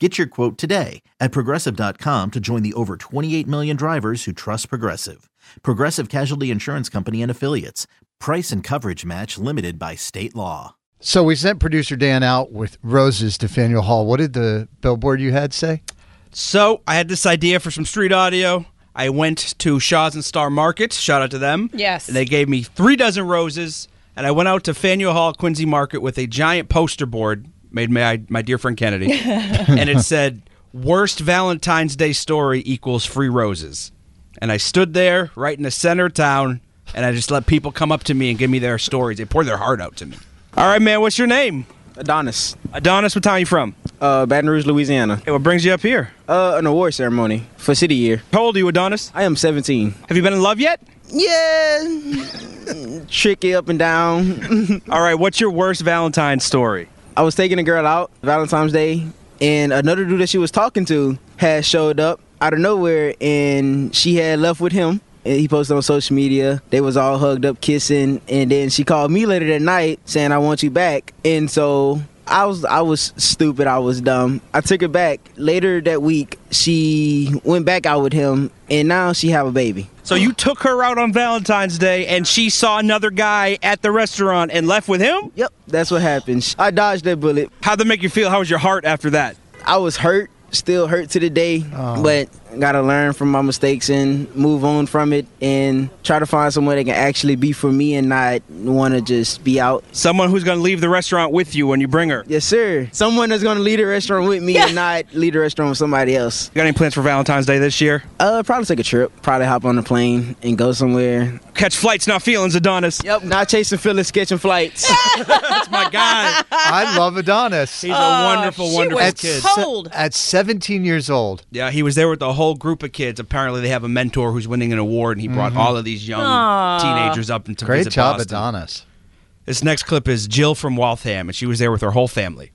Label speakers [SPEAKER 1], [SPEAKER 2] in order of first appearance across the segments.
[SPEAKER 1] Get your quote today at progressive.com to join the over 28 million drivers who trust Progressive. Progressive Casualty Insurance Company and Affiliates. Price and coverage match limited by state law.
[SPEAKER 2] So we sent producer Dan out with roses to Faneuil Hall. What did the billboard you had say?
[SPEAKER 3] So I had this idea for some street audio. I went to Shaw's and Star Market. Shout out to them.
[SPEAKER 4] Yes.
[SPEAKER 3] And they gave me three dozen roses, and I went out to Faneuil Hall Quincy Market with a giant poster board made my my dear friend Kennedy, and it said "Worst Valentine's Day story equals free roses." And I stood there right in the center of town, and I just let people come up to me and give me their stories. They poured their heart out to me. All right, man, what's your name?
[SPEAKER 5] Adonis,
[SPEAKER 3] Adonis, what town you from?
[SPEAKER 5] uh, Baton Rouge, Louisiana.
[SPEAKER 3] Hey, what brings you up here?
[SPEAKER 5] Uh, an award ceremony for City Year.
[SPEAKER 3] How old are you, Adonis?
[SPEAKER 5] I am 17.
[SPEAKER 3] Have you been in love yet?
[SPEAKER 5] Yeah, tricky up and down.
[SPEAKER 3] All right, what's your worst Valentine's story?
[SPEAKER 5] I was taking a girl out Valentine's Day, and another dude that she was talking to had showed up out of nowhere, and she had left with him. And he posted on social media. They was all hugged up, kissing, and then she called me later that night saying, "I want you back." And so I was, I was stupid. I was dumb. I took her back. Later that week, she went back out with him, and now she have a baby.
[SPEAKER 3] So you took her out on Valentine's Day, and she saw another guy at the restaurant and left with him.
[SPEAKER 5] Yep, that's what happens. I dodged that bullet.
[SPEAKER 3] How'd that make you feel? How was your heart after that?
[SPEAKER 5] I was hurt, still hurt to the day, but gotta learn from my mistakes and move on from it and try to find someone that can actually be for me and not want to just be out.
[SPEAKER 3] Someone who's gonna leave the restaurant with you when you bring her. You
[SPEAKER 5] Yes, sir. Someone that's gonna lead a restaurant with me and not lead a restaurant with somebody else.
[SPEAKER 3] got any plans for Valentine's Day this year?
[SPEAKER 5] Uh, probably take a trip. Probably hop on a plane and go somewhere.
[SPEAKER 3] Catch flights, not feelings, Adonis.
[SPEAKER 5] Yep, not chasing feelings, catching flights.
[SPEAKER 3] That's my guy.
[SPEAKER 2] I love Adonis.
[SPEAKER 3] He's a wonderful,
[SPEAKER 4] she
[SPEAKER 3] wonderful
[SPEAKER 4] was-
[SPEAKER 2] at,
[SPEAKER 3] kid.
[SPEAKER 2] se-
[SPEAKER 4] Cold.
[SPEAKER 2] at 17 years old.
[SPEAKER 3] Yeah, he was there with a whole group of kids. Apparently, they have a mentor who's winning an award, and he brought all of these young teenagers up into
[SPEAKER 2] Great
[SPEAKER 3] visit
[SPEAKER 2] job,
[SPEAKER 3] Boston.
[SPEAKER 2] Adonis.
[SPEAKER 3] This next clip is Jill from Waltham, and she was there with her whole family.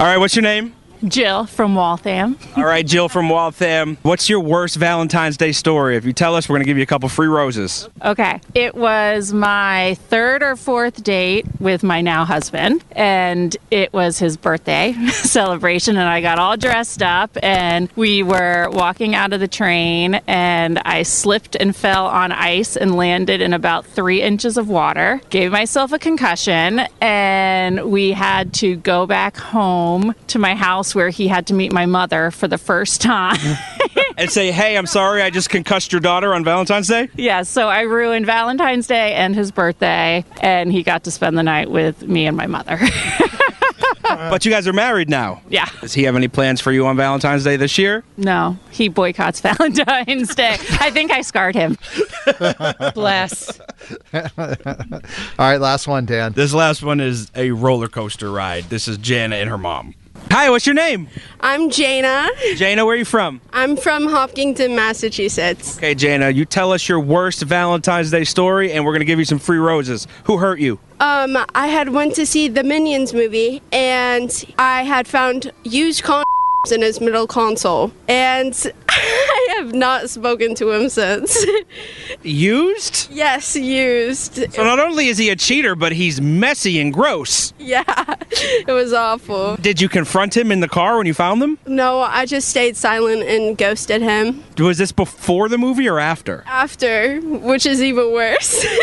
[SPEAKER 3] All right, what's your name?
[SPEAKER 6] Jill from Waltham.
[SPEAKER 3] All right, Jill from Waltham. What's your worst Valentine's Day story? If you tell us, we're going to give you a couple free roses.
[SPEAKER 6] Okay. It was my third or fourth date with my now husband, and it was his birthday celebration. And I got all dressed up, and we were walking out of the train, and I slipped and fell on ice and landed in about three inches of water, gave myself a concussion, and we had to go back home to my house where he had to meet my mother for the first time.
[SPEAKER 3] And say, hey, I'm sorry, I just concussed your daughter on Valentine's Day.
[SPEAKER 6] Yeah, so I ruined Valentine's Day and his birthday, and he got to spend the night with me and my mother.
[SPEAKER 3] But you guys are married now.
[SPEAKER 6] yeah.
[SPEAKER 3] Does he have any plans for you on Valentine's Day this year?
[SPEAKER 6] No, he boycotts Valentine's Day. I think I scarred him.
[SPEAKER 4] Bless.
[SPEAKER 2] All right, last one, Dan.
[SPEAKER 3] This last one is a roller coaster ride. This is Jana and her mom. Hi, what's your name?
[SPEAKER 7] I'm Jana.
[SPEAKER 3] Jana, where are you from?
[SPEAKER 7] I'm from Hopkinton, Massachusetts.
[SPEAKER 3] Okay, Jana, you tell us your worst Valentine's Day story, and we're going to give you some free roses. Who hurt you?
[SPEAKER 7] Um, I had went to see the Minions movie, and I had found used condoms in his middle console, and I have not spoken to him since.
[SPEAKER 3] Used?
[SPEAKER 7] yes, used.
[SPEAKER 3] So not only is he a cheater, but he's messy and gross.
[SPEAKER 7] Yeah, it was awful.
[SPEAKER 3] Did you confront him in the car when you found them?
[SPEAKER 7] No, I just stayed silent and ghosted him
[SPEAKER 3] Was this before the movie or after?
[SPEAKER 7] after, which is even worse.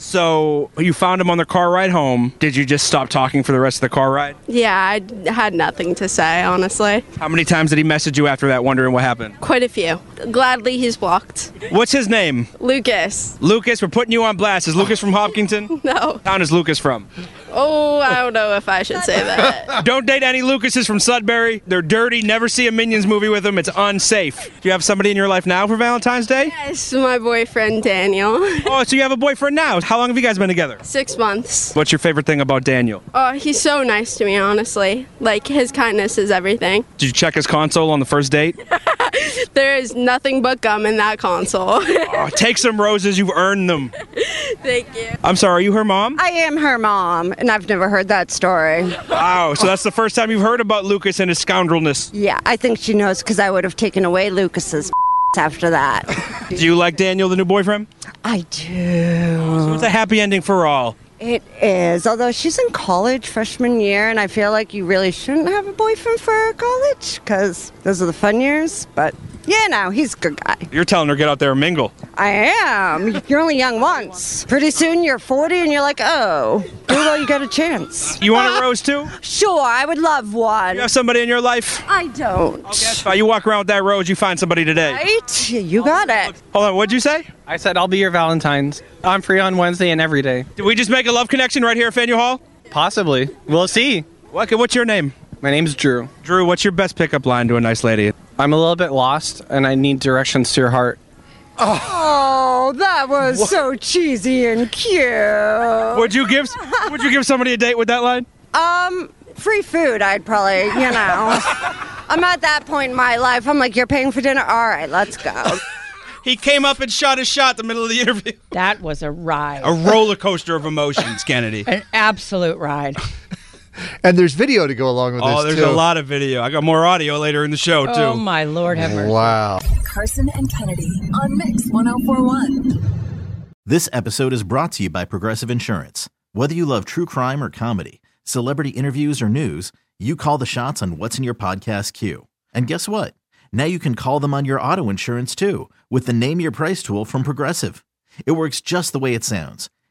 [SPEAKER 3] So you found him on the car ride home. Did you just stop talking for the rest of the car ride?
[SPEAKER 7] Yeah, I d- had nothing to say, honestly.
[SPEAKER 3] How many times did he message you after that, wondering what happened?
[SPEAKER 7] Quite a few. Gladly he's blocked.
[SPEAKER 3] What's his name?
[SPEAKER 7] Lucas.
[SPEAKER 3] Lucas, we're putting you on blast. Is Lucas from Hopkinton?
[SPEAKER 7] No.
[SPEAKER 3] Town is Lucas from?
[SPEAKER 7] Oh, I don't know if I should say that.
[SPEAKER 3] Don't date any Lucases from Sudbury. They're dirty. Never see a Minions movie with them. It's unsafe. Do you have somebody in your life now for Valentine's Day?
[SPEAKER 7] Yes, my boyfriend Daniel.
[SPEAKER 3] Oh, so you have a boyfriend now. How long have you guys been together?
[SPEAKER 7] Six months.
[SPEAKER 3] What's your favorite thing about Daniel?
[SPEAKER 7] Oh, he's so nice to me, honestly. Like, his kindness is everything.
[SPEAKER 3] Did you check his console on the first date?
[SPEAKER 7] There is nothing but gum in that console.
[SPEAKER 3] Oh, take some roses. You've earned them.
[SPEAKER 7] Thank you.
[SPEAKER 3] I'm sorry. Are you her mom?
[SPEAKER 8] I am her mom, and I've never heard that story.
[SPEAKER 3] Wow. So that's the first time you've heard about Lucas and his scoundrelness.
[SPEAKER 8] Yeah, I think she knows because I would have taken away Lucas's after that.
[SPEAKER 3] Do you like Daniel, the new boyfriend?
[SPEAKER 8] I do.
[SPEAKER 3] It's a happy ending for all.
[SPEAKER 8] It is. Although she's in college freshman year, and I feel like you really shouldn't have a boyfriend for college because those are the fun years. But yeah, no, he's a good guy.
[SPEAKER 3] You're telling her get out there and mingle.
[SPEAKER 8] I am. You're only young once. Pretty soon you're 40 and you're like, oh, do while you got a chance.
[SPEAKER 3] You want a rose too?
[SPEAKER 8] Sure, I would love one.
[SPEAKER 3] You have somebody in your life?
[SPEAKER 8] I don't.
[SPEAKER 3] Uh, You walk around with that rose, you find somebody today.
[SPEAKER 8] Right? You got it.
[SPEAKER 3] Hold on, what'd you say?
[SPEAKER 9] I said I'll be your Valentine's. I'm free on Wednesday and every day.
[SPEAKER 3] Did we just make a love connection right here at Faneuil Hall?
[SPEAKER 9] Possibly. We'll see.
[SPEAKER 3] What, what's your name?
[SPEAKER 9] My name's Drew.
[SPEAKER 3] Drew, what's your best pickup line to a nice lady?
[SPEAKER 9] I'm a little bit lost and I need directions to your heart.
[SPEAKER 8] Oh, that was so cheesy and cute.
[SPEAKER 3] Would you give Would you give somebody a date with that line?
[SPEAKER 8] Um, free food, I'd probably, you know. I'm at that point in my life. I'm like, you're paying for dinner? All right, let's go.
[SPEAKER 3] He came up and shot his shot the middle of the interview.
[SPEAKER 4] That was a ride.
[SPEAKER 3] A roller coaster of emotions, Kennedy.
[SPEAKER 4] An absolute ride.
[SPEAKER 2] And there's video to go along with
[SPEAKER 3] Oh,
[SPEAKER 2] this
[SPEAKER 3] there's
[SPEAKER 2] too.
[SPEAKER 3] a lot of video. I got more audio later in the show too.
[SPEAKER 4] Oh my lord, have mercy.
[SPEAKER 2] Wow.
[SPEAKER 10] Carson and Kennedy on Mix 1041.
[SPEAKER 1] This episode is brought to you by Progressive Insurance. Whether you love true crime or comedy, celebrity interviews or news, you call the shots on what's in your podcast queue. And guess what? Now you can call them on your auto insurance too with the Name Your Price tool from Progressive. It works just the way it sounds.